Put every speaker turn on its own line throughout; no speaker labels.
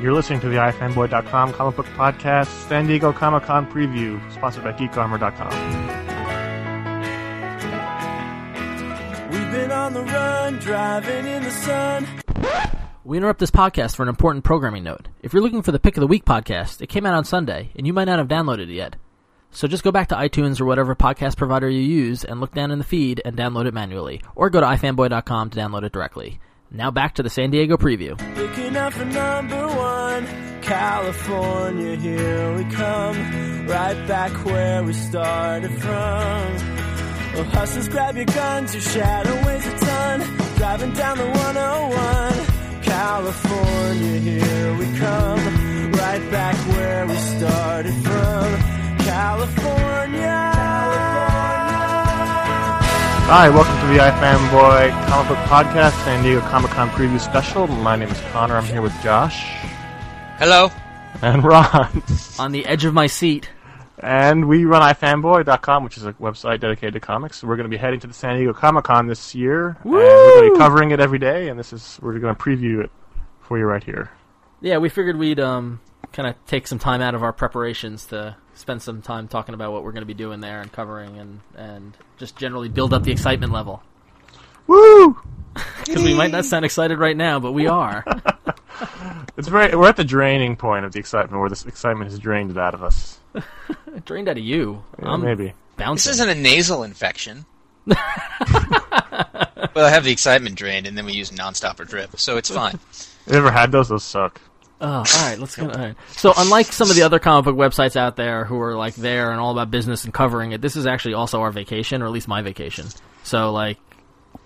You're listening to the ifanboy.com comic book podcast, San Diego Comic Con preview, sponsored by geekarmor.com.
We've been on the run, driving in the sun.
We interrupt this podcast for an important programming note. If you're looking for the Pick of the Week podcast, it came out on Sunday, and you might not have downloaded it yet. So just go back to iTunes or whatever podcast provider you use and look down in the feed and download it manually, or go to ifanboy.com to download it directly. Now back to the San Diego preview.
Picking up for number one, California, here we come. Right back where we started from. Oh, hustlers, grab your guns, your shadow weighs a ton. Driving down the 101, California, here we come. Right back where we started from. California.
Hi, welcome to the iFanboy comic book podcast, San Diego Comic Con preview special. My name is Connor. I'm here with Josh
Hello.
and Ron.
On the edge of my seat.
And we run ifanboy.com, which is a website dedicated to comics. We're going to be heading to the San Diego Comic Con this year. And we're going to be covering it every day, and this is we're going to preview it for you right here.
Yeah, we figured we'd um, kind of take some time out of our preparations to spend some time talking about what we're going to be doing there and covering and, and just generally build up the excitement level.
Woo!
Because we might not sound excited right now, but we are.
It's very we're at the draining point of the excitement, where this excitement has drained it out of us.
Drained out of you.
Yeah,
I'm
maybe
This
bouncing.
isn't a nasal infection. well, I have the excitement drained, and then we use nonstop or drip, so it's fine.
You ever had those? Those suck.
Oh, all right, let's go. All right. So, unlike some of the other comic book websites out there who are like there and all about business and covering it, this is actually also our vacation, or at least my vacation. So, like,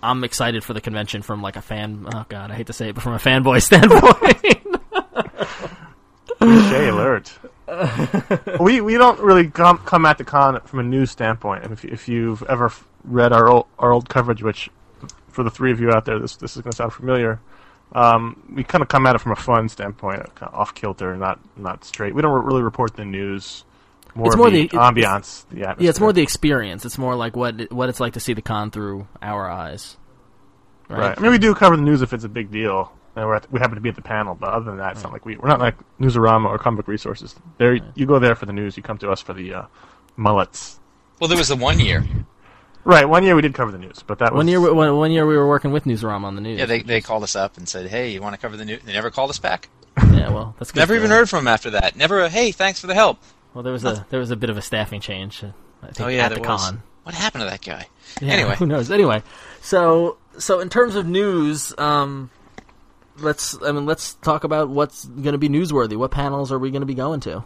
I'm excited for the convention from like a fan. Oh God, I hate to say it, but from a fanboy standpoint.
Jay alert. we we don't really com- come at the con from a news standpoint. If if you've ever f- read our old, our old coverage, which for the three of you out there, this this is going to sound familiar. Um, we kind of come at it from a fun standpoint, uh, kind of off kilter, not not straight. We don't re- really report the news. More
It's
of
more
the,
the- it-
ambiance, the atmosphere.
yeah, it's more the experience. It's more like what it- what it's like to see the con through our eyes.
Right. I mean, we do cover the news if it's a big deal, and we're at, we happen to be at the panel. But other than that, it's not like we we're not like Newsarama or Comic Book Resources. There, you go there for the news. You come to us for the uh, mullets.
Well, there was the one year.
Right. One year we did cover the news, but that
One
was
year, we- one, one year we were working with Newsarama on the news.
Yeah, they, they called us up and said, hey, you want to cover the news? They never called us back.
yeah, well, that's good
Never
for
even
them.
heard from them after that. Never, a, hey, thanks for the help.
Well, there was a there was a bit of a staffing change. uh, I think,
oh, yeah,
at the
there was.
con.
What happened to that guy?
Yeah,
Anyway.
who knows? Anyway, so so in terms of news, um, let's I mean let's talk about what's going to be newsworthy. What panels are we going to be going to?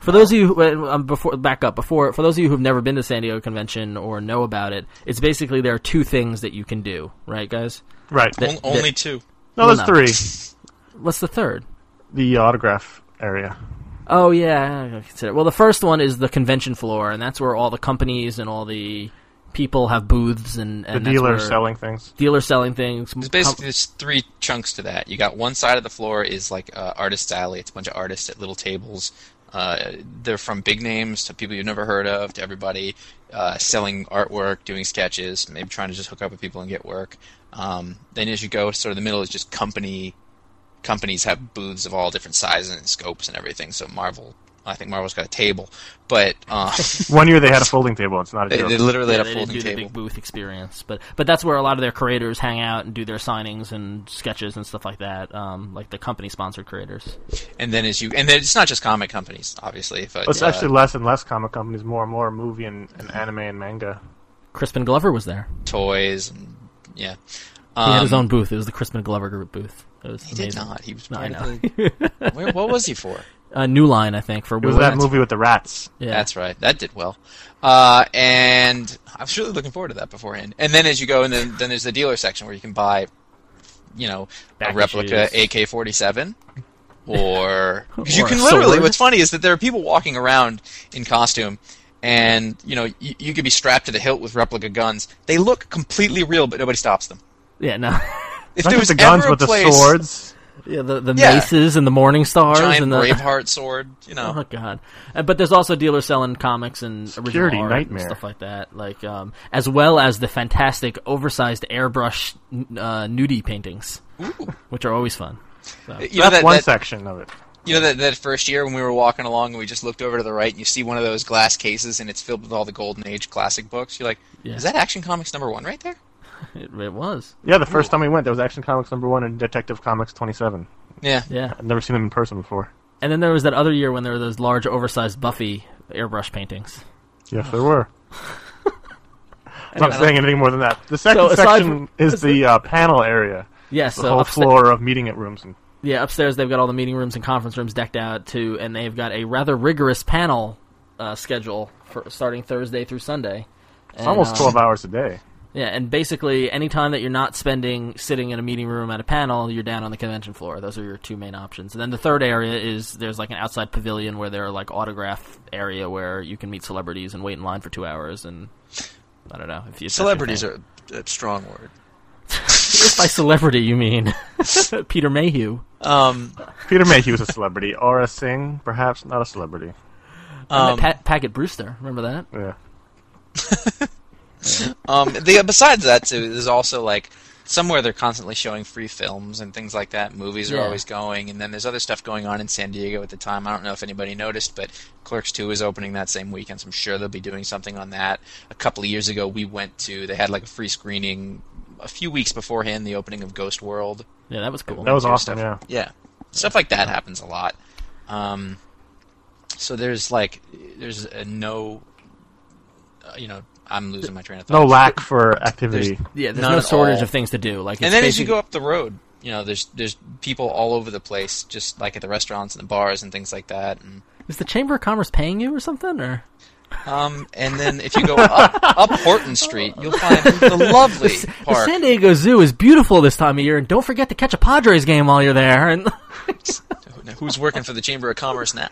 For those of you who, um, before back up before for those of you who've never been to San Diego Convention or know about it, it's basically there are two things that you can do, right, guys?
right.
On- Only two.
no,
well,
there's
no.
three.
What's the third?
The autograph area.
Oh yeah, I gotta consider. Well, the first one is the convention floor, and that's where all the companies and all the people have booths and,
The
and that's
dealer
where
selling things.
dealers selling things.
There's basically there's three chunks to that. You got one side of the floor is like uh, artist alley. It's a bunch of artists at little tables. Uh, they're from big names to people you've never heard of to everybody uh, selling artwork, doing sketches, maybe trying to just hook up with people and get work. Um, then as you go, sort of the middle is just company. Companies have booths of all different sizes and scopes and everything. So Marvel, I think Marvel's got a table, but uh,
One year they had a folding table. It's not a
they,
joke.
they literally
Yeah,
had
they
a
didn't
folding
do the
table.
big booth experience, but but that's where a lot of their creators hang out and do their signings and sketches and stuff like that. Um, like the company sponsored creators.
And then as you, and then it's not just comic companies, obviously. But,
it's
uh,
actually less and less comic companies, more and more movie and, and anime and manga.
Crispin Glover was there.
toys. And, yeah.
He
Um,
had his own booth. It was the Crispin Glover Group booth. It was
He
amazing.
did not. He was
No, I
part of the. Where, what was he for?
Uh, New Line, I think, for
It was
Wii.
that movie with the rats.
Yeah.
That's right. That did well. Uh, and I was really looking forward to that beforehand. And then as you go, and then then there's the dealer section where you can buy, you know,
Back
a replica
issues.
AK-47. Or 'cause
Or
you
a
can literally.
sword.
What's funny is that there are people walking around in costume, and you know you, you could be strapped to the hilt with replica guns. They look completely real, but nobody stops them.
yeah, no,
If
Not just
there was
the guns,
ever a
but the
place,
swords.
yeah, the the
Yeah.
maces and the Morning Stars
giant
and the
Braveheart sword, you know.
Oh god! Uh, But there's also dealers selling comics and
Security
original art
nightmare.
and stuff like that, like um, as well as the fantastic oversized airbrush n- uh, nudie paintings, which are always fun.
You know
That's
that,
one
that,
section of it.
You know that, that first year when we were walking along and we just looked over to the right and you see one of those glass cases and it's filled with all the Golden Age classic books. You're like,
Yeah.
is that Action Comics number one right there?
It, it was,
Yeah, the first time we went, there was Action Comics number one and Detective Comics twenty seven.
Yeah.
yeah.
I've never seen them in person before.
And then there was that other year when there were those large oversized Buffy airbrush paintings.
Yes, there were. I'm not saying anything more than that. The second
So, aside
section
from-
is the uh, panel area,
Yes,
the
so
whole
upsta-
floor of meeting at rooms. And
yeah, upstairs they've got all the meeting rooms and conference rooms decked out too, and they've got a rather rigorous panel uh, schedule for starting Thursday through Sunday. uh,
it's almost 12 hours a day.
Yeah, and basically, any time that you're not spending sitting in a meeting room at a panel, you're down on the convention floor. Those are your two main options. And then the third area is there's like an outside pavilion where there are like autograph area where you can meet celebrities and wait in line for two hours. And I don't know if you
Celebrities are a a strong word.
If by celebrity you mean Peter Mayhew.
Um,
Peter Mayhew was a celebrity. Aura Singh, perhaps not a celebrity.
Um, Pat, Packet Brewster, remember that?
Yeah.
um, the, besides that, too, there's also like somewhere they're constantly showing free films and things like that. Movies are
Yeah.
always going. And then there's other stuff going on in San Diego at the time. I don't know if anybody noticed, but Clerks 2 is opening that same weekend, so I'm sure they'll be doing something on that. A couple of years ago, we went to, they had like a free screening a few weeks beforehand the opening of Ghost World.
Yeah, that was cool.
That was
There's
awesome,
stuff-
yeah.
Yeah. Stuff like that happens a lot. Um, so there's like there's a no uh, you know, I'm losing my train of thought.
No lack for activity.
Yeah, there's
None
no
at
shortage
all.
of things to do. Like, it's
And then as you
basic-
go up the road, you know, there's there's people all over the place, just like at the restaurants and the bars and things like that. And
is the Chamber of Commerce paying you or something? Or
um, and then if you go up, up Horton Street, you'll find the lovely
the
park.
San Diego Zoo is beautiful this time of year, and don't forget to catch a Padres game while you're there. And
Now, Who's working for the Chamber of Commerce now?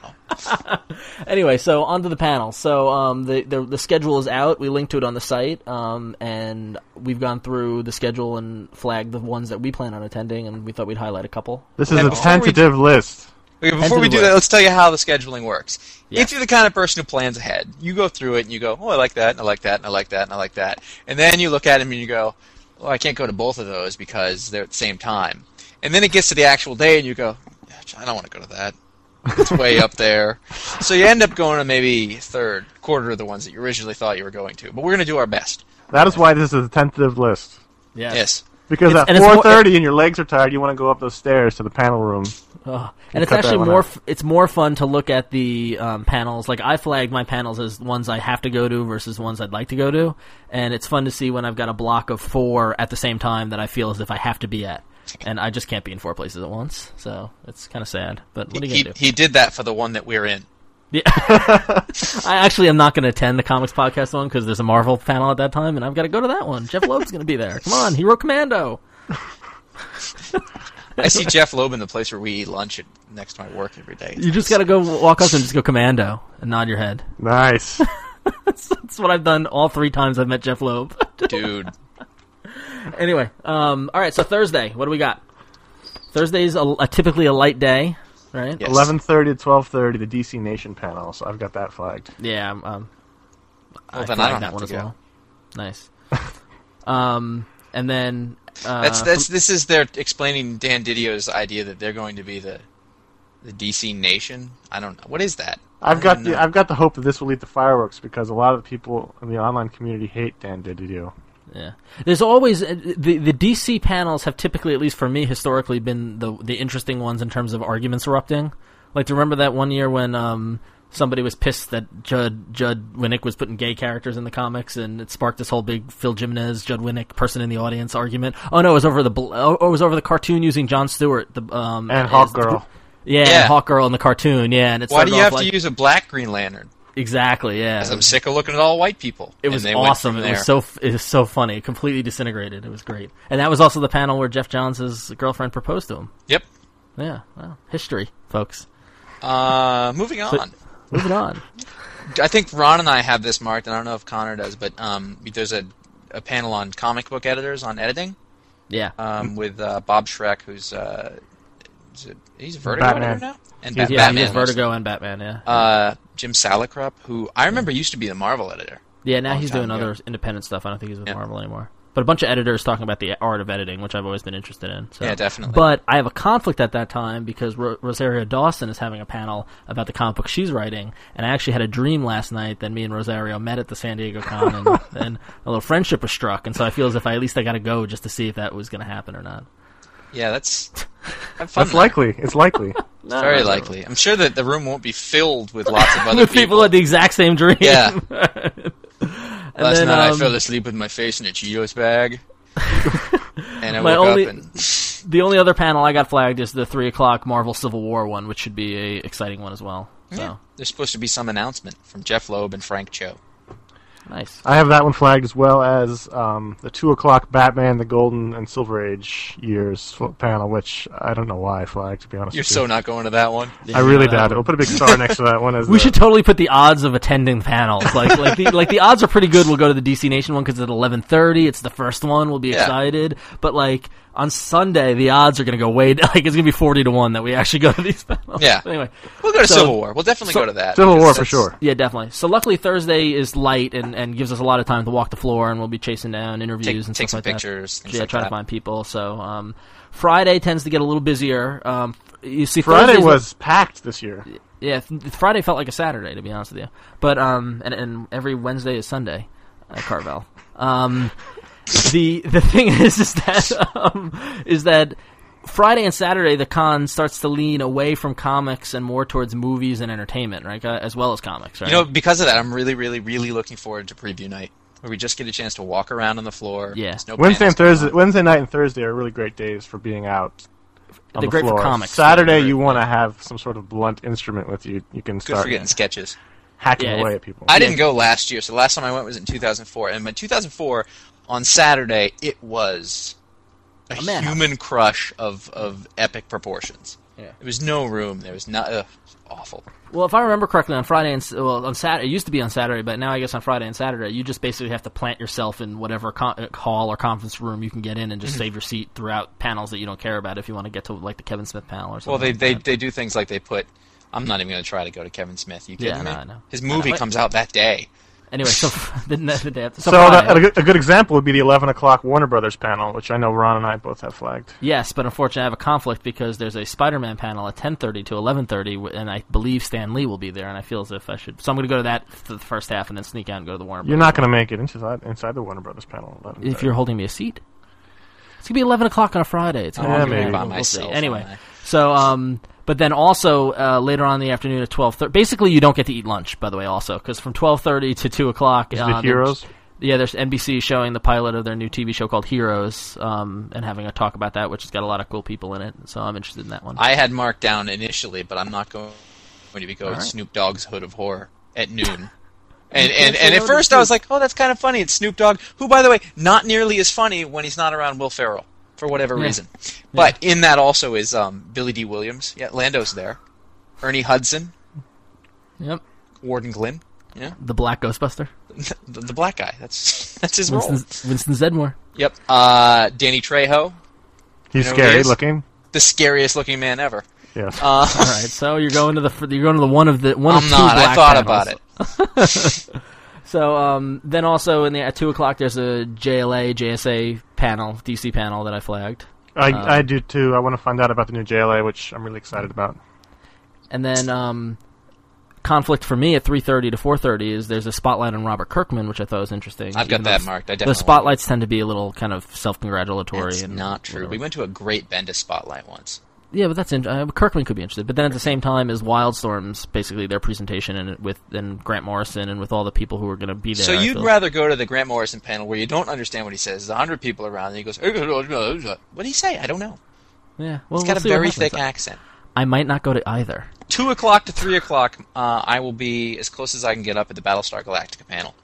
anyway, so onto the panel. So um, the, the the schedule is out. We linked to it on the site, um, and we've gone through the schedule and flagged the ones that we plan on attending, and we thought we'd highlight a couple.
This is
Now,
a
before we-
tentative list.
Okay, before we
the
do that,
list.
let's tell you how the scheduling works. If you're the kind of person who plans ahead, you go through it and you go, "Oh, I like that, and I like that, and I like that, and I like that," and then you look at them and you go, "Well, I can't go to both of those because they're at the same time." And then it gets to the actual day and you go, "I don't want to go to that. It's way up there." So you end up going to maybe third, quarter of the ones that you originally thought you were going to. But we're going to do our best.
That is why this is a tentative list.
Yeah.
Yes.
Because
It's-
at
and it's more-
4:30 and your legs are tired, you want to go up those stairs to the panel room.
Ugh. and it's
cut that
actually
one
more
out.
f- it's more fun to look at the um, panels. Like I flagged my panels as ones I have to go to versus ones I'd like to go to, and it's fun to see when I've got a block of four at the same time that I feel as if I have to be at, and I just can't be in four places at once. So it's kind of sad. But what are you
He,
gonna do?
he did that for the one that we're in.
I actually am not going to attend the comics podcast one because there's a Marvel panel at that time, and I've got to go to that one. Jeff Loeb's going to be there. Come on, Hero Commando.
I see Jeff Loeb in the place where we eat lunch at, next to my work every day.
You just got to go walk up and just go Commando and nod your head.
Nice.
That's what I've done all three times I've met Jeff Loeb.
dude.
Anyway, um, all right. So Thursday, what do we got? Thursday's a, a typically a light day, right?
Yes.
11:30 to 12:30, the DC Nation panel. So I've got that flagged.
Yeah. Um, um,
Well,
I
then I
flagged
don't
that
have
one
to
as
go.
well. Nice. um, and then uh,
That's that's this is their explaining Dan Didio's idea that they're going to be the the DC nation. I don't know what is that.
I've got the
know.
I've got the hope that this will lead to fireworks because a lot of the people in the online community hate Dan Didio.
Yeah. There's always uh, the the DC panels have typically, at least for me, historically been the the interesting ones in terms of arguments erupting. Like, do you remember that one year when um, somebody was pissed that Judd Judd Winnick was putting gay characters in the comics, and it sparked this whole big Phil Jimenez Judd Winnick person in the audience argument? Oh no, it was over the bl- oh, it was over the cartoon using John Stewart the um,
and
as
Hawk
the-
Girl.
yeah,
Yeah.
Hawk Girl in the cartoon, yeah. And it's
Why do you have to use a black Green Lantern?
exactly? Yeah,
'Cause I'm sick of looking at all white people.
it
And
was
they went
awesome.
from
It was
there.
so f- it was so funny. It completely disintegrated. It was great. And that was also the panel where Jeff Johns' girlfriend proposed to him.
Yep.
Yeah, well, history, folks.
Uh, moving on.
Moving on.
I think Ron and I have this marked, and I don't know if Connor does, but um, there's a a panel on comic book editors on editing
Yeah,
um, with uh, Bob Schreck, who's uh, is it, he's a Vertigo
Batman.
editor now, and
he was,
Ba-
yeah, he
Batman
was
also.
Vertigo and Batman. Yeah,
uh, Jim Salakrup, who I remember used to be the Marvel editor.
yeah. Now
long
he's
time
doing
ago.
other independent stuff. I don't think he's with
Yeah.
Marvel anymore. But a bunch of editors talking about the art of editing, which I've always been interested in. So.
Yeah, definitely.
But I have a conflict at that time because Ro- Rosario Dawson is having a panel about the comic book she's writing, and I actually had a dream last night that me and Rosario met at the San Diego Con, and, and a little friendship was struck. And so I feel as if I at least I got to go just to see if that was going to happen or not.
Yeah, that's have fun
That's
there.
likely. It's likely.
It's very likely. I'm sure that the room won't be filled with lots of other
With people
people.
had the exact same dream.
yeah. Last
then,
night
um,
I fell asleep with my face in a Cheetos bag, and I
My
woke
only-
up and
The only other panel I got flagged is the three o'clock Marvel Civil War one, which should be a exciting one as well. So
Yeah, there's supposed to be some announcement from Jeff Loeb and Frank Cho.
nice.
I have that one flagged as well as um, the two o'clock Batman, the Golden and Silver Age years fl- panel, which I don't know why I flagged. To be honest,
You're
with
so
you.
not going to that one.
I really doubt it. We'll put a big star next to that one. As
We
the-
should totally put the odds of attending panels. Like, like the like the odds are pretty good. We'll go to the DC Nation one because it's at eleven thirty. It's the first one. We'll be
Yeah.
excited. But like on Sunday, the odds are going to go way. down. Like it's going to be forty to one that we actually go to these panels.
Yeah.
Anyway,
We'll go to
So-
Civil War. We'll definitely go to that.
Civil War
because
for
that's-
sure.
yeah, definitely. So luckily Thursday is light and, and gives us a lot of time to walk the floor, and we'll be chasing down interviews
Take,
and stuff
take some
like that.
pictures. Things
yeah,
like
trying
that.
to find people. So um, Friday tends to get a little busier. Um, you see,
Friday
Thursdays-
was packed this year.
yeah. th- Friday felt like a Saturday, to be honest with you. But um, and, and every Wednesday is Sunday at Carvel. um, the the thing is is that um, is that Friday and Saturday, the con starts to lean away from comics and more towards movies and entertainment, right? Uh, As well as comics, right?
You know, because of that, I'm really, really, really looking forward to preview night, where we just get a chance to walk around on the floor.
Yeah.
There's no
Wednesday and
panels going
Thursday, Wednesday night and Thursday are really great days for being out. On
They're
the
great for
floor.
comics.
Saturday,
They're
you want to have some sort of blunt instrument with you. You can
on. Good
start
for getting sketches.
hacking
Yeah,
away
if-
at people.
I didn't go last year, so the last time I went was in 2004. And in 2004, on Saturday, it was a,
madhouse.
human crush of, of epic proportions.
Yeah.
There was no room. There was not. Ugh, it was awful.
Well, if I remember correctly, on Friday and s- well, on Saturday, it used to be on Saturday, but now I guess on Friday and Saturday, you just basically have to plant yourself in whatever con- uh, hall or conference room you can get in, and
Mm-hmm.
just save your seat throughout panels that you don't care about if you want to get to like the Kevin Smith panel or something.
Well, they,
like
they,
that.
they do things like they put. I'm not even going to try to go to Kevin Smith. You kidding
Yeah,
me?
no, I know.
His movie
I know.
comes out that day.
anyway. So the, the day after, so,
So
Friday-
that, a, good, a good example would be the 11 o'clock Warner Brothers panel, which I know Ron and I both have flagged.
Yes, but unfortunately, I have a conflict because there's a Spider-Man panel at 10:30 to 11:30, w- and I believe Stan Lee will be there, and I feel as if I should. So I'm going to go to that for the first half, and then sneak out and go to the Warner.
You're
Brothers.
not going to make it inside, inside the Warner Brothers panel. at 11:30.
if you're holding me a seat. It's gonna be 11 o'clock on a Friday. It's gonna
Yeah,
be
maybe.
weird.
By
We'll see.
myself, aren't
Anyway,
I?
so um, but then also uh, later on in the afternoon at 12:30. Basically, you don't get to eat lunch, by the way, also because from 12:30 to 2 o'clock. uh,
the Heroes?
Yeah, there's NBC showing the pilot of their new TV show called Heroes, um, and having a talk about that, which has got a lot of cool people in it. So I'm interested in that one.
I had marked down initially, but I'm not going going to be going
All right.
Snoop Dogg's Hood of Horror at noon. And,
can't
and,
say
and at
no to
first I was
Snoop.
like, oh, that's kind of funny. It's Snoop Dogg, who, by the way, not nearly as funny when he's not around Will Ferrell for whatever reason. But in that also is um, Billy D. Williams. Yeah, Lando's there. Ernie Hudson,
yep,
Warden Glynn. Yeah,
the Black Ghostbuster,
the, the black guy. That's that's his role.
Winston, Winston Zedmore.
Yep. Uh, Danny Trejo,
He's
You know who he
scary
is?
looking.
the scariest looking man ever.
Yes.
All right, so you're going to the fir- you're going to the one of the one of
I'm
two
not. I
black
thought
panels.
about it.
So um, then also in the at two o'clock there's a JLA JSA panel DC panel that I flagged,
I,
uh,
I do too. I want to find out about the new JLA, which I'm really excited about.
and then um, conflict for me at three thirty to four thirty is there's a spotlight on Robert Kirkman, which I thought was interesting.
I've got
even though
that
the-
marked. I
the
definitely
spotlights tend to be a little kind of self congratulatory.
It's not true. We went to a great Bendis spotlight once.
Yeah, but that's in- uh, Kirkman could be interested. But then at the same time as Wildstorms, basically their presentation and it- with and Grant Morrison and with all the people who are going to be there.
so
I
you'd
feel-
rather go to the Grant Morrison panel where you don't understand what he says. There's a hundred people around, and he goes, "What did he say? I don't know.
yeah, well,
He's got
we'll
a
see what
very
happens.
thick accent."
I might not go to either.
Two o'clock to three o'clock, uh, I will be as close as I can get up at the Battlestar Galactica panel.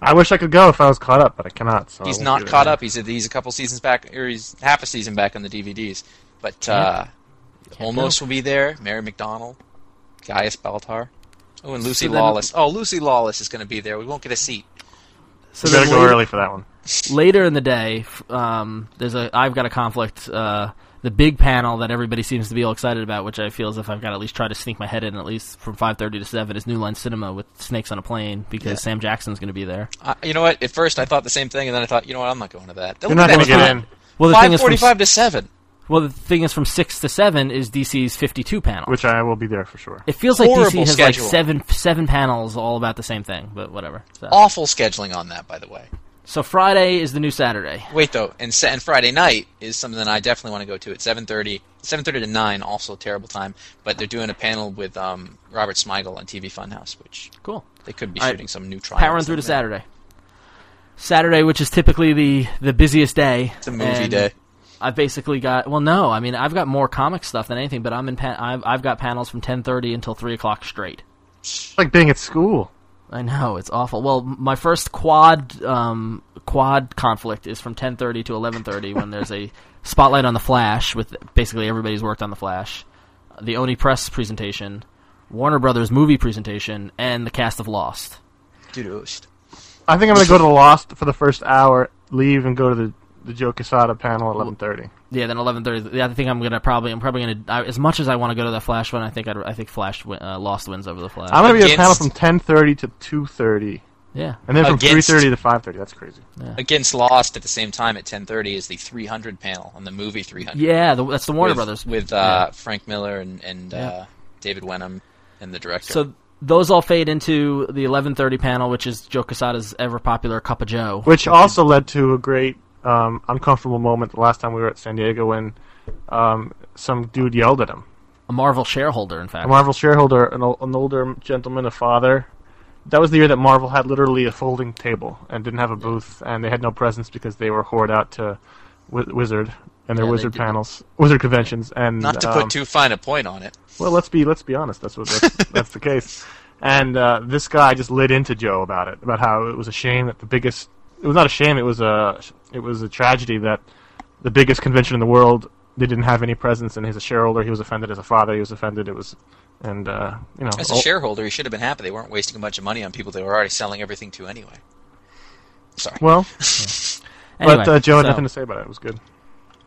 I wish I could go if I was caught up, but I cannot. So I
He's
won't be
not
there.
caught up. He's a, he's a couple seasons back, or he's half a season back on the DVDs. But uh, almost will be there. Mary McDonald, Gaius Baltar. Oh, and Lucy
So then-
Lawless. Oh, Lucy Lawless is going to be there. We won't get a seat.
So
You better
then
go
later-
early for that one.
later in the day, f- um, there's a I've got a conflict. Uh, the big panel that everybody seems to be all excited about, which I feel as if I've got to at least try to sneak my head in at least from 5:30 to 7, is New Line Cinema with Snakes on a Plane because Sam Jackson's going to be there.
I, you know what? At first, I thought the same thing, and then I thought, you know what? I'm not going to that.
You're not going to get in,
Well, the thing
Five
is from,
forty-five
s-
to seven.
well, the thing is from 6 to 7 is DC's 52 panel.
which I will be there for sure.
it feels like DC
horrible
has
schedule.
like seven seven panels all about the same thing, but whatever. So,
Awful scheduling on that, by the way.
so Friday is the new Saturday.
Wait though, and, Sa- and Friday night is something that I definitely want to go to at 7:30, 7:30 to 9. Also, a terrible time, but they're doing a panel with um, Robert Smigel on TV Funhouse, which
Cool.
they could be
All right.
shooting some new trial.
Powering through to Saturday. Saturday, which is typically the the busiest day.
It's a movie
and
day.
I've basically got well, no, I mean I've got more comic stuff than anything, but I'm in. Pa- I've I've got panels from ten thirty until three o'clock straight.
It's like being at school.
I know it's awful. Well, m- my first quad um, quad conflict is from ten thirty to eleven thirty when there's a spotlight on the Flash with basically everybody's worked on the Flash, the Oni Press presentation, Warner Brothers movie presentation, and the cast of Lost.
Dude, oh,
I think I'm going to go to the Lost for the first hour, leave, and go to the the Joe Quesada panel at 11:30.
Yeah, then eleven thirty. Yeah, I think I'm gonna probably. I'm probably gonna. I, as much as I want to go to that Flash one, I think I'd, I think Flash win, uh, lost wins over the Flash.
I'm going to be at a panel
Against-
from 10:30 to 2:30,
yeah,
and then from
Against-
3:30 to 5:30. That's crazy.
against Lost at the same time at 10:30 is the 300 panel on the movie 300.
yeah. The, that's the Warner
with,
Brothers
with uh, Frank Miller and, and uh, David Wenham and the director.
So those all fade into the eleven thirty panel, which is Joe Quesada's ever popular Cup of Joe.
Which also led to a great um, uncomfortable moment the last time we were at San Diego when um, some dude yelled at him.
A Marvel shareholder, in fact.
A Marvel shareholder, an, ol- an older gentleman, a father. That was the year that Marvel had literally a folding table and didn't have a booth, and they had no presence because they were hoard out to Wi- Wizard and their
Yeah, they
Wizard
didn't.
panels, Wizard conventions, and
Not to
um,
put too fine a point on it.
well, let's be let's be honest. That's what that's, that's the case. And uh, this guy just lit into Joe about it, about how it was a shame that the biggest. It was not a shame. It was a it was a tragedy that the biggest convention in the world they didn't have any presence. And he's a shareholder. He was offended as a father. He was offended. It was, and uh, you know,
As a
all-
shareholder, you should have been happy they weren't wasting a bunch of money on people they were already selling everything to anyway. Sorry.
well,
anyway,
but uh, Joe had
so,
nothing to say about it. It was good.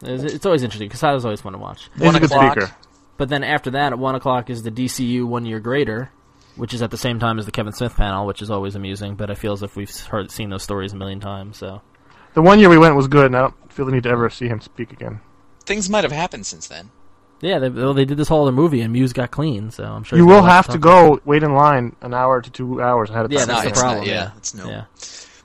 It's, it's always interesting because was always fun to watch.
He's
One
a good
o'clock.
speaker.
But then after that, at one o'clock is the DCU one year greater, which is at the same time as the Kevin Smith panel, which is always amusing. But I feel as if we've heard seen those stories a million times. So
The one year we went was good, and I don't feel the need to ever see him speak again.
Things might have happened since then.
yeah, they, well, they did this whole other movie, and Muse got clean. So I'm sure
You
he's got a
will
lot
have to
talk
go wait in line an hour to two hours ahead of
Yeah,
time.
that's
no,
the
it's not-
problem.
yeah,
yeah,
it's no-
Yeah.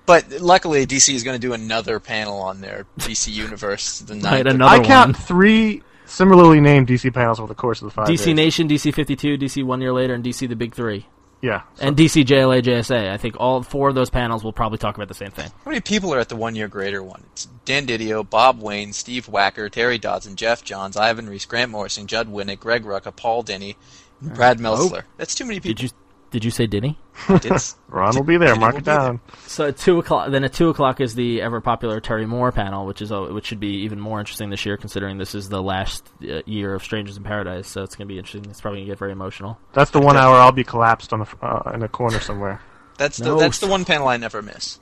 But luckily, DC is going to do another panel on their DC Universe. The
Right,
ninth of-
another
I count
one.
three similarly named DC panels over the course of the five.
DC
days.
Nation, DC 52, DC One Year Later, and DC The Big Three,
yeah,
and DC JLA JSA. I think all four of those panels will probably talk about the same thing.
How many people are at the one year greater one? It's Dan Didio, Bob Wayne, Steve Wacker, Terry Dodson, Jeff Johns, Ivan Reese, Grant Morrison, Judd Winnick, Greg Rucka, Paul Denny, and Brad
Oh.
Meltzler. That's too many
Did
people.
you did you say Denny?
It's-
Ron will be there.
It
Mark
will
it
be there.
down.
So at two o'clock, then at two o'clock is the ever popular Terry Moore panel, which is uh, which should be even more interesting this year, considering this is the last uh, year of Strangers in Paradise. So it's going to be interesting. It's probably going to get very emotional.
That's the one hour I'll be collapsed on the, f- uh, in a corner somewhere.
That's the
No.
that's the one panel I never miss.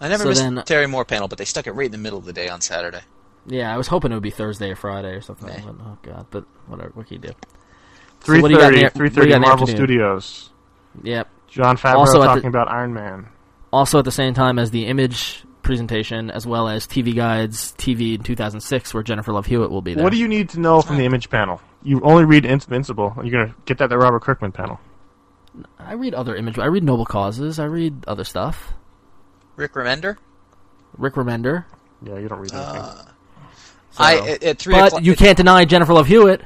I never
So
miss
then-
the Terry Moore panel, but they stuck it right in the middle of the day on Saturday.
Yeah, I was hoping it would be Thursday or Friday or something.
Meh.
But, oh god, but whatever. What can you do?
Three
what do you got in
thirty.
the- what do you
Three
got in
thirty.
the
Marvel
afternoon?
Studios.
Yep.
John Favreau
Also at
talking
the-
about Iron Man.
Also at the same time as the image presentation, as well as TV Guide's TV in 2006, where Jennifer Love Hewitt will be there.
What do you need to know from the Image panel? You only read Invincible, and you're gonna get that at the Robert Kirkman panel.
I read other image. I read Noble Causes. I read other stuff.
Rick Remender.
Rick Remender.
Yeah, you don't read anything.
Uh, I at, at three
But
o'clock.
you can't deny Jennifer Love Hewitt.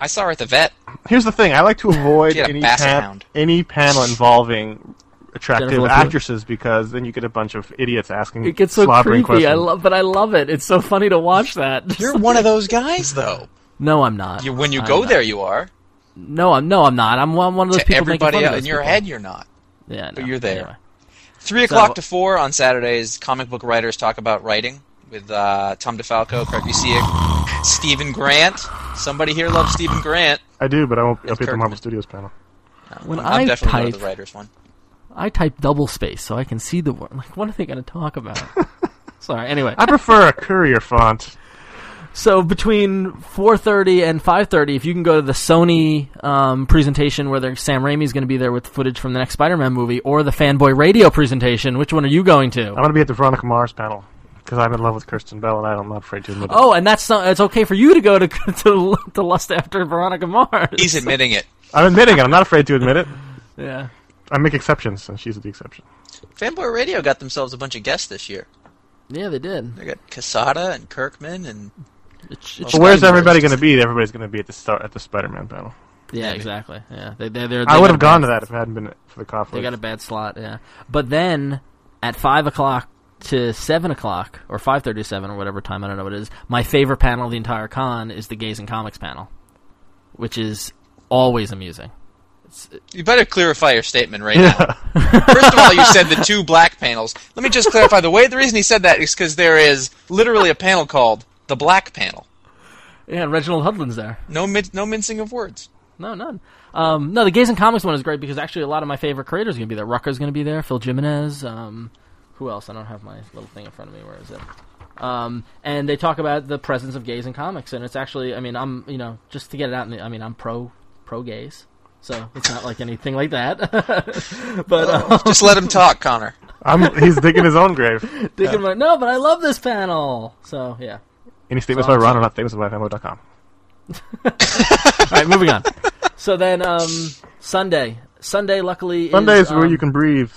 I saw her at the vet.
Here's the thing: I like to avoid
Get a
any
basset
pan-
hound.
any panel involving
Jennifer
attractive
Lopez.
actresses because then you get a bunch of idiots asking.
It gets so
slobbering
creepy. I
questions.
love, but I love it. It's so funny to watch that.
You're one of those guys, though.
no, I'm not.
You, when you
I'm
go
not.
there, you are.
no, I'm no, I'm not. I'm one, one of those
To
people.
everybody
making fun of
else, in
those
your
people.
head, you're not.
yeah, no,
you're there.
anyway.
Three o'clock to four on Saturdays. Comic book writers talk about writing with uh, Tom DeFalco, Craig Busiek, Stephen Grant. Somebody here loves Stephen Grant.
I do, but I won't. I'll be at the
Kirkman.
Marvel Studios panel.
When
I'm, I'm
I
definitely going
type,
to the writers one.
I type double space so I can see the word. I'm Like, what are they going to talk about? Sorry. Anyway,
I prefer a courier font.
so between 4:30 and 5:30, if you can go to the Sony um, presentation where there- Sam Raimi's going to be there with footage from the next Spider-Man movie, or the Fanboy Radio presentation, which one are you going to?
I'm gonna be at the Veronica Mars panel because I'm in love with Kirsten Bell, and I'm not afraid to admit it.
Oh, and that's not, it's okay for you to go to to, to lust after Veronica Mars.
He's admitting it.
I'm admitting it. I'm not afraid to admit it.
Yeah.
I make exceptions, and she's the exception.
Fanboy Radio got themselves a bunch of guests this year.
Yeah, they did.
They got Casada and Kirkman and
It's, it's
But where's everybody going to be? Everybody's going to be at the start at the Spider-Man panel.
Yeah, exactly. Yeah, they, they, they're,
I
they
would
got
have
a
gone
bad-
to that if it hadn't been for the conflict.
They got a bad slot. Yeah, but then at five o'clock to seven o'clock or five thirty-seven or whatever time I don't know what it is. My favorite panel of the entire con is the Gays and Comics panel, which is always amusing.
You better clarify your statement right now. First of all, you said the two black panels. Let me just clarify. The way the reason he said that is because there is literally a panel called the Black Panel.
Yeah, and Reginald Hudlin's there.
No, min- no mincing of words.
No, none. Um, no, the Gays and Comics one is great because actually a lot of my favorite creators are going to be there. Rucker's going to be there. Phil Jimenez. Um, who else? I don't have my little thing in front of me. Where is it? Um, and they talk about the presence of gays in comics, and it's actually, I mean, I'm, you know, just to get it out. In the, I mean, I'm pro pro gays, so it's not like anything like that. but uh,
Just let him talk, Connor.
I'm, he's digging his own grave.
thinking about no, but I love this panel. So yeah.
Any statements by Ron are not statements by Family.com.
All right, moving on. So then um, Sunday, Sunday, luckily
Sundays
is,
where
um,
you can breathe.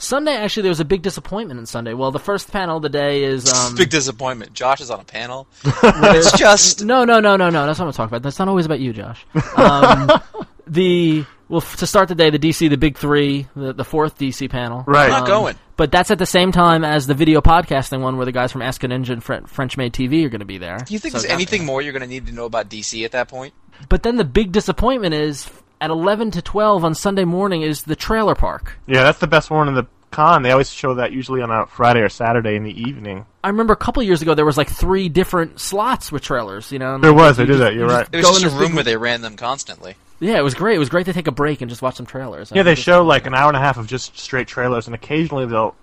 Sunday, actually, there was a big disappointment in Sunday. Well, the first panel of the day is um,
Big disappointment. Josh is on a panel. it's just
No, no, no, no, no. That's not what I'm talking about. That's not always about you, Josh. Um, the well, f- to start the day, the DC, the big three, the, the fourth DC panel.
Right.
not going.
But that's at the same time as the video podcasting one, where the guys from Ask an Engine, Fre- French Made TV, are going to be there.
Do you think
So
there's
that-
anything more you're going to need to know about DC at that point?
But then the big disappointment is at 11 to 12 on Sunday morning is the trailer park.
Yeah, that's the best one in the con. They always show that usually on a Friday or Saturday in the evening.
I remember a couple years ago there was like three different slots with trailers. You know, and,
There
like,
was.
you
They did
just-
that. You're
you
right.
It was
go
just
in
a
this
room
big-
where they ran them constantly.
Yeah, it was great. It was great to take a break and just watch some trailers.
Yeah, they show like an hour and a half of just straight trailers, and occasionally they'll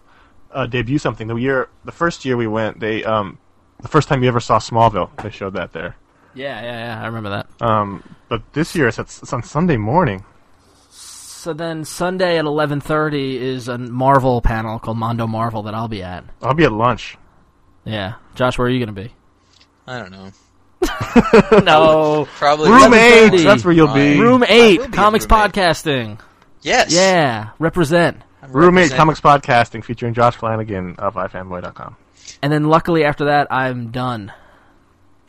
uh, debut something. The year, the first year we went, they um, the first time you ever saw Smallville, they showed that there.
Yeah, yeah, yeah. I remember that.
Um, but this year it's, at, it's on Sunday morning.
So then Sunday at eleven thirty is a Marvel panel called Mondo Marvel that I'll be at.
I'll be at lunch.
Yeah, Josh, where are you going to be?
I don't know.
no,
Probably.
Room eight.
11:30.
That's where you'll be.
Room-
room
I will
eight,
be
comics
at room eight.
podcasting.
Yes.
Yeah, represent.
I'm
Roommate
representing-
Comics Podcasting featuring Josh Flanagan of iFanboy.com.
And then luckily after that, I'm done.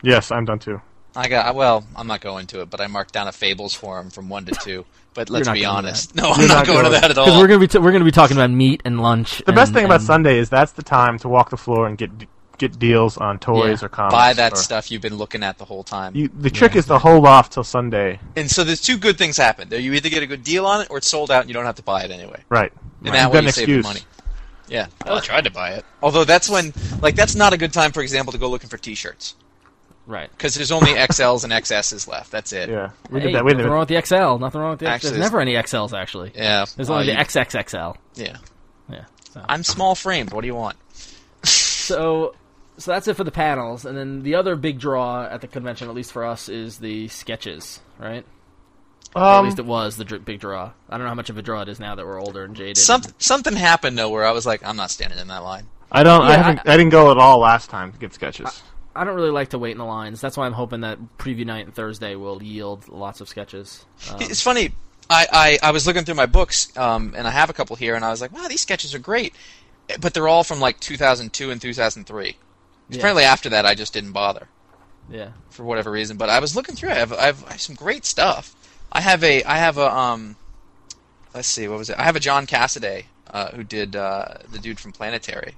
Yes, I'm done too.
I got. Well, I'm not going to it, but I marked down a Fables forum from one to two. But let's
not
be
going to
honest. No, I'm
not
not going to
going.
that at
Because
all.
we're gonna be t- we're gonna be talking about meat and lunch.
The best thing about
Mm-hmm.
Sunday is that's the time to walk the floor and get get deals on toys
Yeah.
or comics.
Buy that
or-
stuff you've been looking at the whole time.
You, the trick is to hold off till Sunday.
and so there's two good things happen. There, you either get a good deal on it, or it's sold out and you don't have to buy it anyway.
Right.
And
Right.
that
You've
way
got
you
an
save the
excuse.
money. Yeah. I tried to buy it. Although that's when, like, that's not a good time, for example, to go looking for T-shirts
right?
because there's only XLs and XSs left. That's it.
Yeah. We did that. Wait a
nothing
minute.
wrong with the XL. Nothing wrong with the.
Actually,
XL. There's
it's-
never any XLs actually.
Yeah.
There's
Uh,
only
you-
the XXXL.
Yeah.
Yeah. So.
I'm small framed. What do you want?
So, so that's it for the panels, and then the other big draw at the convention, at least for us, is the sketches, right? or at
Um,
least it was the dr- big draw. I don't know how much of a draw it is now that we're older and jaded.
Some, something happened though where I was like, I'm not standing in that line.
I don't. I
Yeah,
haven't. I, didn't go at all last time to get sketches.
I don't really like to wait in the lines. That's why I'm hoping that preview night and Thursday will yield lots of sketches. Um,
It's funny. I, I, I was looking through my books, um, and I have a couple here, and I was like, wow, these sketches are great, but they're all from like 2002 and 2003.
yeah,
Apparently, after that, I just didn't bother.
yeah.
for whatever reason. But I was looking through. I have, I have, I have some great stuff. I have a I have a um, let's see, what was it? I have a John Cassaday uh, who did uh, the dude from Planetary.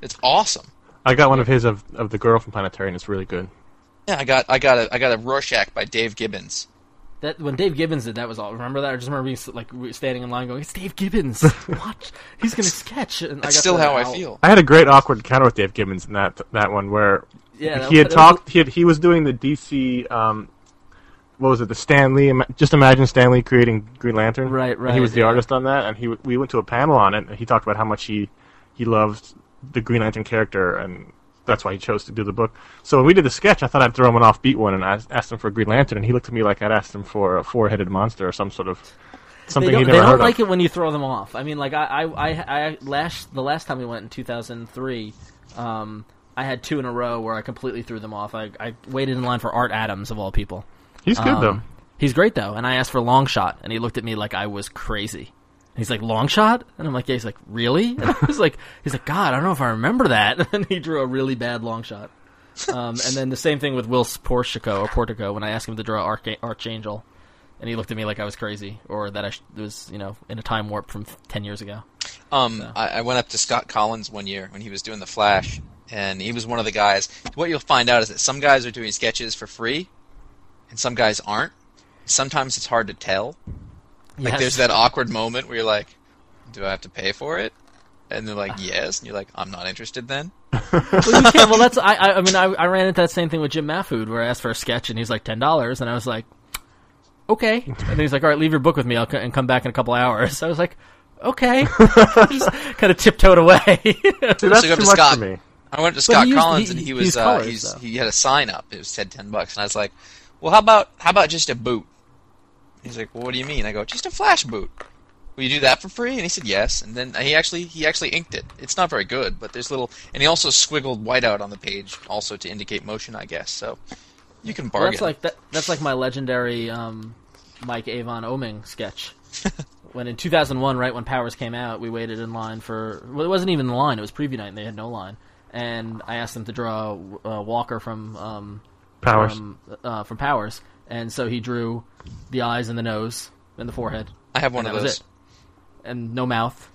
It's awesome.
I got one of his of, of the girl from Planetary, and it's really good.
Yeah, I got I got a I got a Rorschach by Dave Gibbons.
That when Dave Gibbons did that was all. Remember that? I just remember being s- like we- standing in line going, "It's Dave Gibbons. Watch, he's gonna sketch." And
That's
I got
still
the
how I
owl.
feel.
I had a great awkward encounter with Dave Gibbons in that that one where
Yeah, that
he
was-
had
that was-
talked. He had, he was doing the DC. Um, what was it? The Stan Lee. ima- Just imagine Stan Lee creating Green Lantern.
Right,
And
right,
he was the
yeah.
artist on that, and he w- we went to a panel on it, and he talked about how much he he loved the Green Lantern character, and that's why he chose to do the book. So when we did the sketch, I thought I'd throw him an offbeat one, and I s- asked him for Green Lantern, and he looked at me like I'd asked him for a four-headed monster or some sort of
They
something
don't,
he
they
never
don't
heard
like
of.
it when you throw them off. I mean, like I, I, I, I last the last time we went in 2003, um, I had two in a row where I completely threw them off. I, I waited in line for Art Adams of all people.
He's
Um,
good though.
He's great though, and I asked for long shot, and he looked at me like I was crazy. And he's like long shot, and I'm like, yeah. He's like, really? And I was like, he's like, God, I don't know if I remember that. And he drew a really bad long shot. Um, and then the same thing with Will Portico or Portico when I asked him to draw Arch- Archangel, and he looked at me like I was crazy or that I sh- was you know in a time warp from ten years ago.
Um, I, I went up to Scott Collins one year when he was doing the Flash, and he was one of the guys. What you'll find out is that some guys are doing sketches for free, and some guys aren't. Sometimes it's hard to tell. Like
Yes.
there's that awkward moment where you're like, "Do I have to pay for it?" And they're like, "Yes," and you're like, "I'm not interested." Then
well, you can't. Well, that's I. I, I mean, I, I ran into that same thing with Jim Maffood where I asked for a sketch and he's like ten dollars, and I was like, okay. And then he's like, all right, leave your book with me, I'll co- and come back in a couple hours. I was like, okay. Just kind of tiptoed away.
Dude, that's
So you go
too
to
much
Scott.
for me.
I went to Scott
he used-
Collins,
he-
and
he
he was
used
uh,
colours,
he's,
though.
he had a sign up. It said ten bucks, and I was like, "Well, how about how about just a boot?" He's like, well, "What do you mean?" I go, "Just a flash boot." Will you do that for free? And he said yes. And then he actually he actually inked it. It's not very good, but there's little, and he also squiggled white out on the page, also to indicate motion, I guess. So you can bargain.
that's like that. That's like my legendary um, Mike Avon Oming sketch. When in 2001, right when Powers came out, we waited in line for. Well, it wasn't even the line. It was preview night, and they had no line. And I asked them to draw uh, Walker from um,
Powers.
from, uh, from Powers, and so he drew the eyes and the nose and the forehead,
I have one
And that
of
was
those.
and no mouth,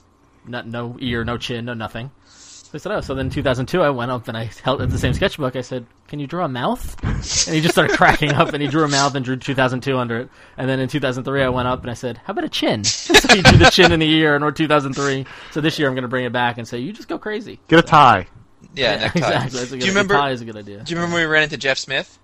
not no ear, no chin, no nothing. So I said, "Oh." So then, in 2002, I went up and I held at the same sketchbook. I said, "Can you draw a mouth?" And he just started cracking up, and he drew a mouth and drew 2002 under it. And then in 2003, I went up and I said, "How about a chin?" So he drew the chin and the ear, and we're 2003. So this year, I'm going to bring it back and say, "You just go crazy."
Get a tie.
yeah, necktie.
exactly. That's a
Do
good,
you remember?
Tie is a good idea.
Do you remember when we ran into Jeff Smith?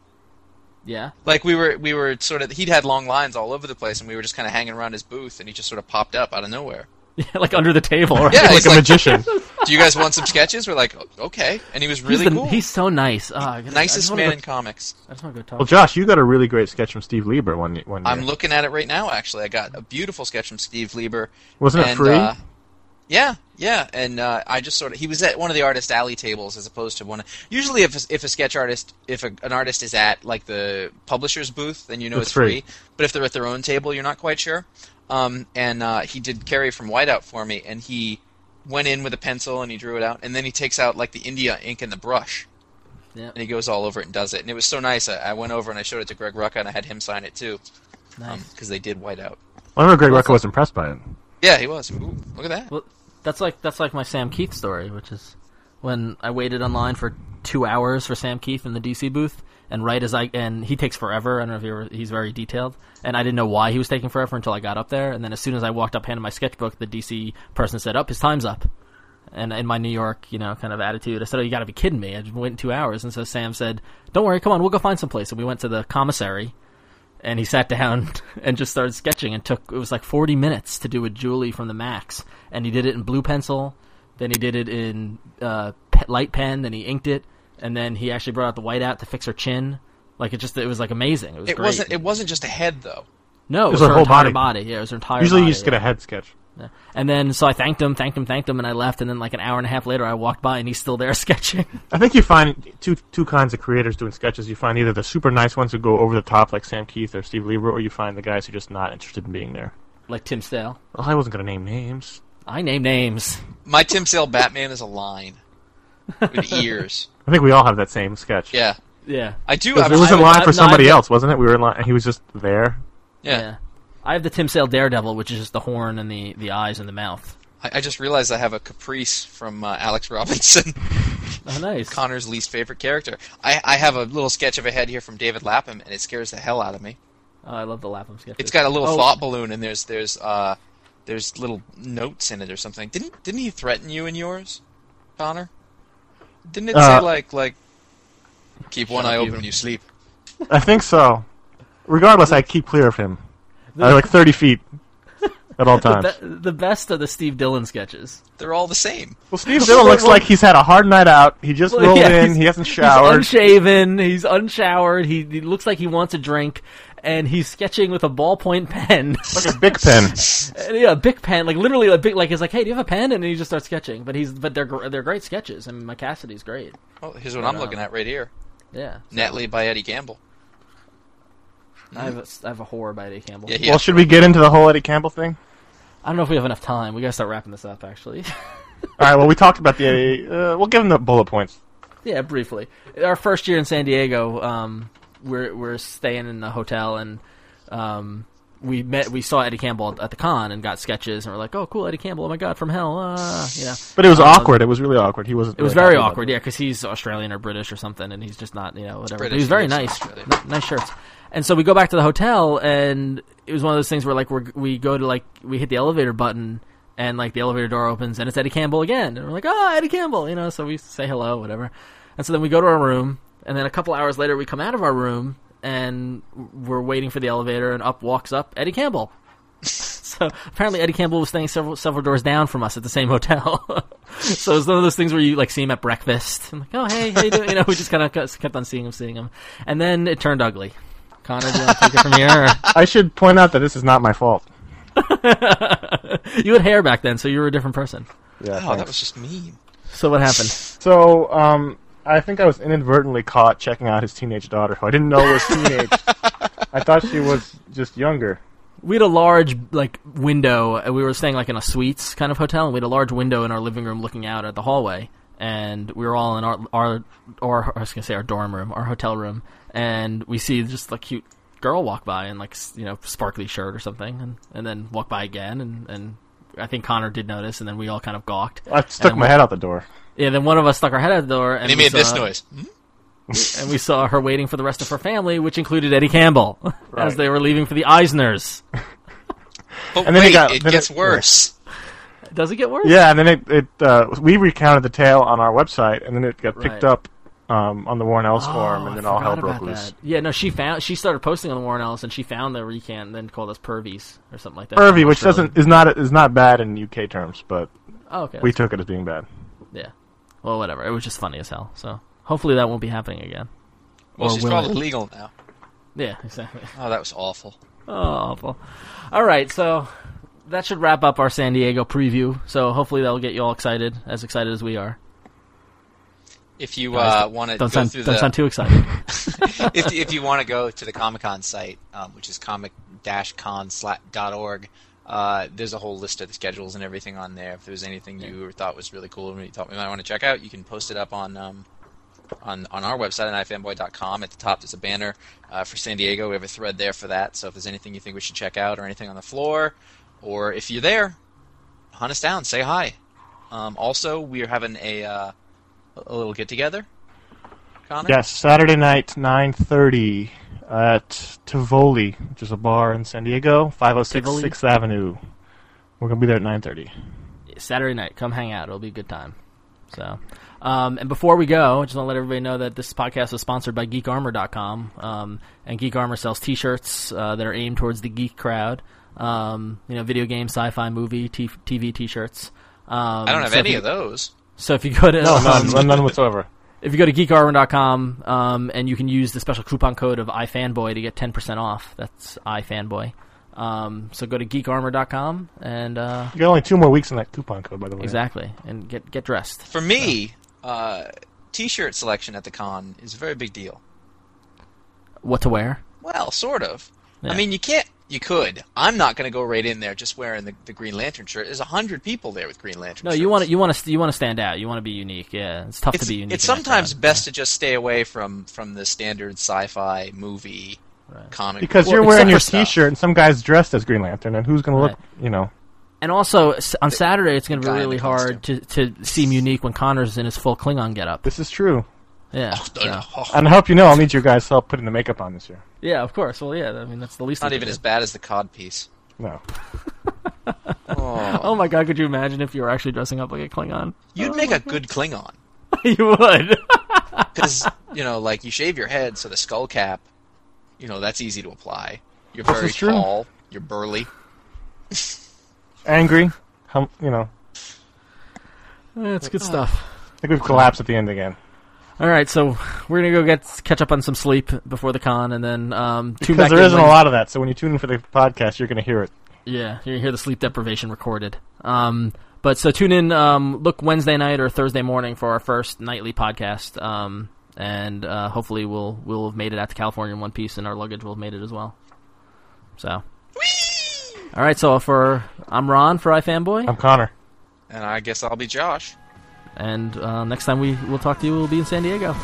Yeah.
Like we were, we were sort of. He'd had long lines all over the place, and we were just kind of hanging around his booth, and he just sort of popped up out of nowhere.
like under the table. Right?
Yeah,
like
he's
a magician.
Do you guys want some sketches? We're like, "O- okay, and he was
He's,
really
the-
cool.
he's so nice. Ah, I gotta- I just
nicest
wanna
man
go-
in comics.
I just want to go talk.
Well, Josh, you got a really great sketch from Steve Lieber one one year.
I'm looking at it right now. Actually, I got a beautiful sketch from Steve Lieber.
Wasn't it
and,
free?
Uh, yeah, yeah, and uh, I just sort of he was at one of the artist alley tables as opposed to one. Of, usually, if a, if a sketch artist, if a, an artist is at like the publisher's booth, then you know
It's
it's,
free.
free. But if they're at their own table, you're not quite sure. Um, and uh, he did Carrie from Whiteout for me, and he went in with a pencil and he drew it out, and then he takes out like the India ink and the brush,
Yeah,
and he goes all over it and does it, and it was so nice. I, I went over and I showed it to Greg Rucka, and I had him sign it too,
nice.
because Um, they did Whiteout.
I remember Greg Rucka was impressed by it.
Yeah, he was. Ooh, look at that.
well, that's like that's like my Sam Keith story, which is when I waited online for two hours for Sam Keith in the DC booth, and right as I and he takes forever. I don't know if you ever, he's very detailed, and I didn't know why he was taking forever until I got up there, and then as soon as I walked up, handed my sketchbook, the DC person said, "Up, his time's up." And in my New York, you know, kind of attitude, I said, "Oh, you got to be kidding me!" I just went in two hours, and so Sam said, "Don't worry, come on, we'll go find someplace." And we went to the commissary, and he sat down and just started sketching and took it was like 40 minutes to do with julie from the max and he did it in blue pencil then he did it in uh, pe- light pen then he inked it and then he actually brought out the white out to fix her chin like it just it was like amazing it was
It
great
wasn't. It wasn't just a head though.
no it
was her
was, her,
whole
entire
body.
body. yeah it was her entire
Usually, you
body,
just get
yeah.
a head sketch.
Yeah. And then, so I thanked him, thanked him, thanked him, and I left. And then, like an hour and a half later, I walked by and he's still there sketching.
I think you find two two kinds of creators doing sketches. You find either the super nice ones who go over the top, like Sam Keith or Steve Lieber, or you find the guys who are just not interested in being there.
like Tim Sale.
Well, I wasn't going to name names.
I name names.
My Tim Sale Batman is a line with ears.
I think we all have that same sketch.
Yeah,
Yeah.
I do.
Because
I,
It was
I-
in line for
no,
somebody
I've-
else, wasn't it? We were in line, and he was just there.
yeah.
Yeah. I have the Tim Sale Daredevil, which is just the horn and the, the eyes and the mouth.
I, I just realized I have a Caprice from uh, Alex Robinson,
Oh, nice.
Connor's least favorite character. I, I have a little sketch of a head here from David Lapham, and it scares the hell out of me.
oh, I love the Lapham sketch.
It's got a little
Oh.
thought balloon, and there's there's uh there's little notes in it or something. Didn't didn't he threaten you in yours, Connor? Didn't it
Uh,
say like like keep one eye open when you sleep?
I think so. Regardless, I keep clear of him. I like thirty feet at all times.
Be- the best are the Steve Dillon sketches.
They're all the same.
Well, Steve Dillon looks like he's had a hard night out. He just rolled
Yeah,
in.
he's-
He hasn't showered.
He's unshaven. He's unshowered. He, he looks like he wants a drink, and he's sketching with a ballpoint pen.
like a big pen.
And, yeah, a big pen, like literally a big. Like he's like, "Hey, do you have a pen?" And then he just starts sketching. But he's but they're gr- they're great sketches. I mean, McCassidy's great.
Oh, here's what I'm looking at right here.
Yeah,
Netley by Eddie Campbell.
I have a, I have a horror by Eddie Campbell.
Mm-hmm. Yeah, he
Well, should we get into the whole Eddie Campbell thing?
I don't know if we have enough time. We gotta start wrapping this up, actually.
All right. Well, we talked about the Eddie. Uh, we'll give him the bullet points.
Yeah, briefly. Our first year in San Diego, um, we're we're staying in a hotel and um, we met we saw Eddie Campbell at the con and got sketches and we're like, oh, cool, Eddie Campbell, oh my god, from hell, uh, you know.
But it was awkward. It was really awkward. He wasn't.
It was
really
very
happy about
awkward, yeah, because he's Australian or British or something, and he's just not, you know, whatever. But
British,
he was very
he lives
nice,
in Australia.
N- nice shirts. And so we go back to the hotel, and it was one of those things where like we we go to like we hit the elevator button, and like the elevator door opens, and it's Eddie Campbell again, and we're like, oh, Eddie Campbell, you know. So we say hello, whatever. And so then we go to our room, and then a couple hours later we come out of our room, and we're waiting for the elevator, and up walks up Eddie Campbell. So apparently Eddie Campbell was staying several several doors down from us at the same hotel. so it's one of those things where you like see him at breakfast. and like, oh hey, how you doing? You know, we just kind of kept on seeing him, seeing him, and then it turned ugly. Connor, do you want to take it from here?
it. I should point out that this is not my fault.
Or- You had hair back then, so you were a different person.
Yeah.
Oh, that
thanks.
was just mean.
So what happened?
So, um, I think I was inadvertently caught checking out his teenage daughter, who I didn't know was teenage. I thought she was just younger.
we had a large like window. and We were staying like in a suites kind of hotel, and we had a large window in our living room looking out at the hallway. And we were all in our our or I was gonna say our dorm room, our hotel room, and we see just like cute girl walk by in like s- you know sparkly shirt or something, and, and then walk by again, and and I think Connor did notice, and then we all kind of gawked.
I stuck
And
my head out the door.
Yeah, then one of us stuck our head out the door, and uh,
They
we
made this
saw-
noise. Hmm?
and we saw her waiting for the rest of her family, which included Eddie Campbell, as they were leaving for the Eisners.
But
And then it
wait,
got-
it
then
gets
it-
worse.
Does it get worse?
Yeah, and then it, it uh, we recounted the tale on our website, and then it got picked
Right.
up um, on the Warren Ellis forum,
Oh,
and then
I
all hell
forgot
broke
about
loose.
that. Yeah, no, she found she started posting on the Warren Ellis, and she found the recant, and then called us pervies or something like that.
Pervy, which
Australian.
doesn't is not is not bad in UK terms, but
Oh, okay.
we took it as being bad.
yeah. Well, whatever. It was just funny as hell. So hopefully that won't be happening again.
Well,
Or
she's
will
probably
it?
legal now.
Yeah, exactly.
Oh, that was awful.
Oh, awful. All right, so that should wrap up our San Diego preview. So hopefully that'll get you all excited, as excited as we are.
If you
Guys,
uh, want to go
Don't sound,
through
don't
the,
sound too excited.
if, if you want to go to the Comic Con site, um, which is comic-con.org, uh, there's a whole list of the schedules and everything on there. If there's anything you thought was really cool or you thought we might want to check out, you can post it up on um, on on our website at ifanboy.com. At the top, there's a banner uh, for San Diego. We have a thread there for that. So if there's anything you think we should check out or anything on the floor, or if you're there, hunt us down, say hi. Um, also, we are having a uh, a little get together. Connor?
Yes, Saturday night, nine thirty at Tivoli, which is a bar in San Diego, five oh six
Tivoli?
Sixth Avenue. We're gonna be there at nine thirty.
Saturday night. Come hang out. It'll be a good time. So, um, and before we go, I just want to let everybody know that this podcast was sponsored by GeekArmor.com. Um, and Geek Armor sells T-shirts uh, that are aimed towards the geek crowd. Um, you know, video game, sci-fi, movie, t- TV T-shirts. Um,
I don't have
so if
any
you-
of those.
So if you go to um,
No, none, none whatsoever.
if you go to geekarwin.com um, and you can use the special coupon code of ifanboy to get 10% off. That's ifanboy. Um, so go to geekarmor.com and uh,
You got only two more weeks in that coupon code, by the way.
exactly and get get dressed.
For me, uh, t-shirt selection at the con is a very big deal.
What to wear?
Well, sort of.
Yeah.
I mean, you can't. You could. I'm not going to go right in there just wearing the, the Green Lantern shirt. There's a hundred people there with Green Lantern.
No, you want to you want to you want to stand out. You want to be unique. Yeah, it's tough
It's,
to be unique.
it's
in that
sometimes
crowd.
best to just stay away from from the standard sci-fi movie comic.
Because
book
you're wearing
stuff.
your T-shirt, and some guy's dressed as Green Lantern, and who's gonna look? You know,
And also s- on Saturday, it's going to
guy
be
in the
really hard to, to seem unique when Connor's in his full Klingon getup.
this is true.
Yeah,
Oh,
so-
oh,
And I hope you know, I'll need your guys' help putting the makeup on this year.
yeah, of course. Well, yeah, I mean that's the least.
not
we
even
could
as
do.
bad as the cod piece.
No,
Oh my god, could you imagine if you were actually dressing up like a Klingon?
You'd make a good Klingon.
you would.
because you know, like you shave your head, so the skull cap, you know, that's easy to apply. You're very
is true.
tall. You're burly.
angry. Hum, you know,
That's good stuff.
I think we've collapsed at the end again.
All right, so we're gonna go get catch up on some sleep before the con, and then um, tune
Because
back
there
in
isn't a
Wednesday.
lot of that, so when you tune in for the podcast, you're gonna hear it.
Yeah, you hear the sleep deprivation recorded. Um, but so tune in, um, look Wednesday night or Thursday morning for our first nightly podcast. Um, and uh, hopefully we'll we'll have made it out to California in one piece, and our luggage will have made it as well. So, all right. So for I'm Ron for iFanboy,
I'm Connor.
And I guess I'll be Josh.
and uh, next time we will talk to you, we'll be in San Diego.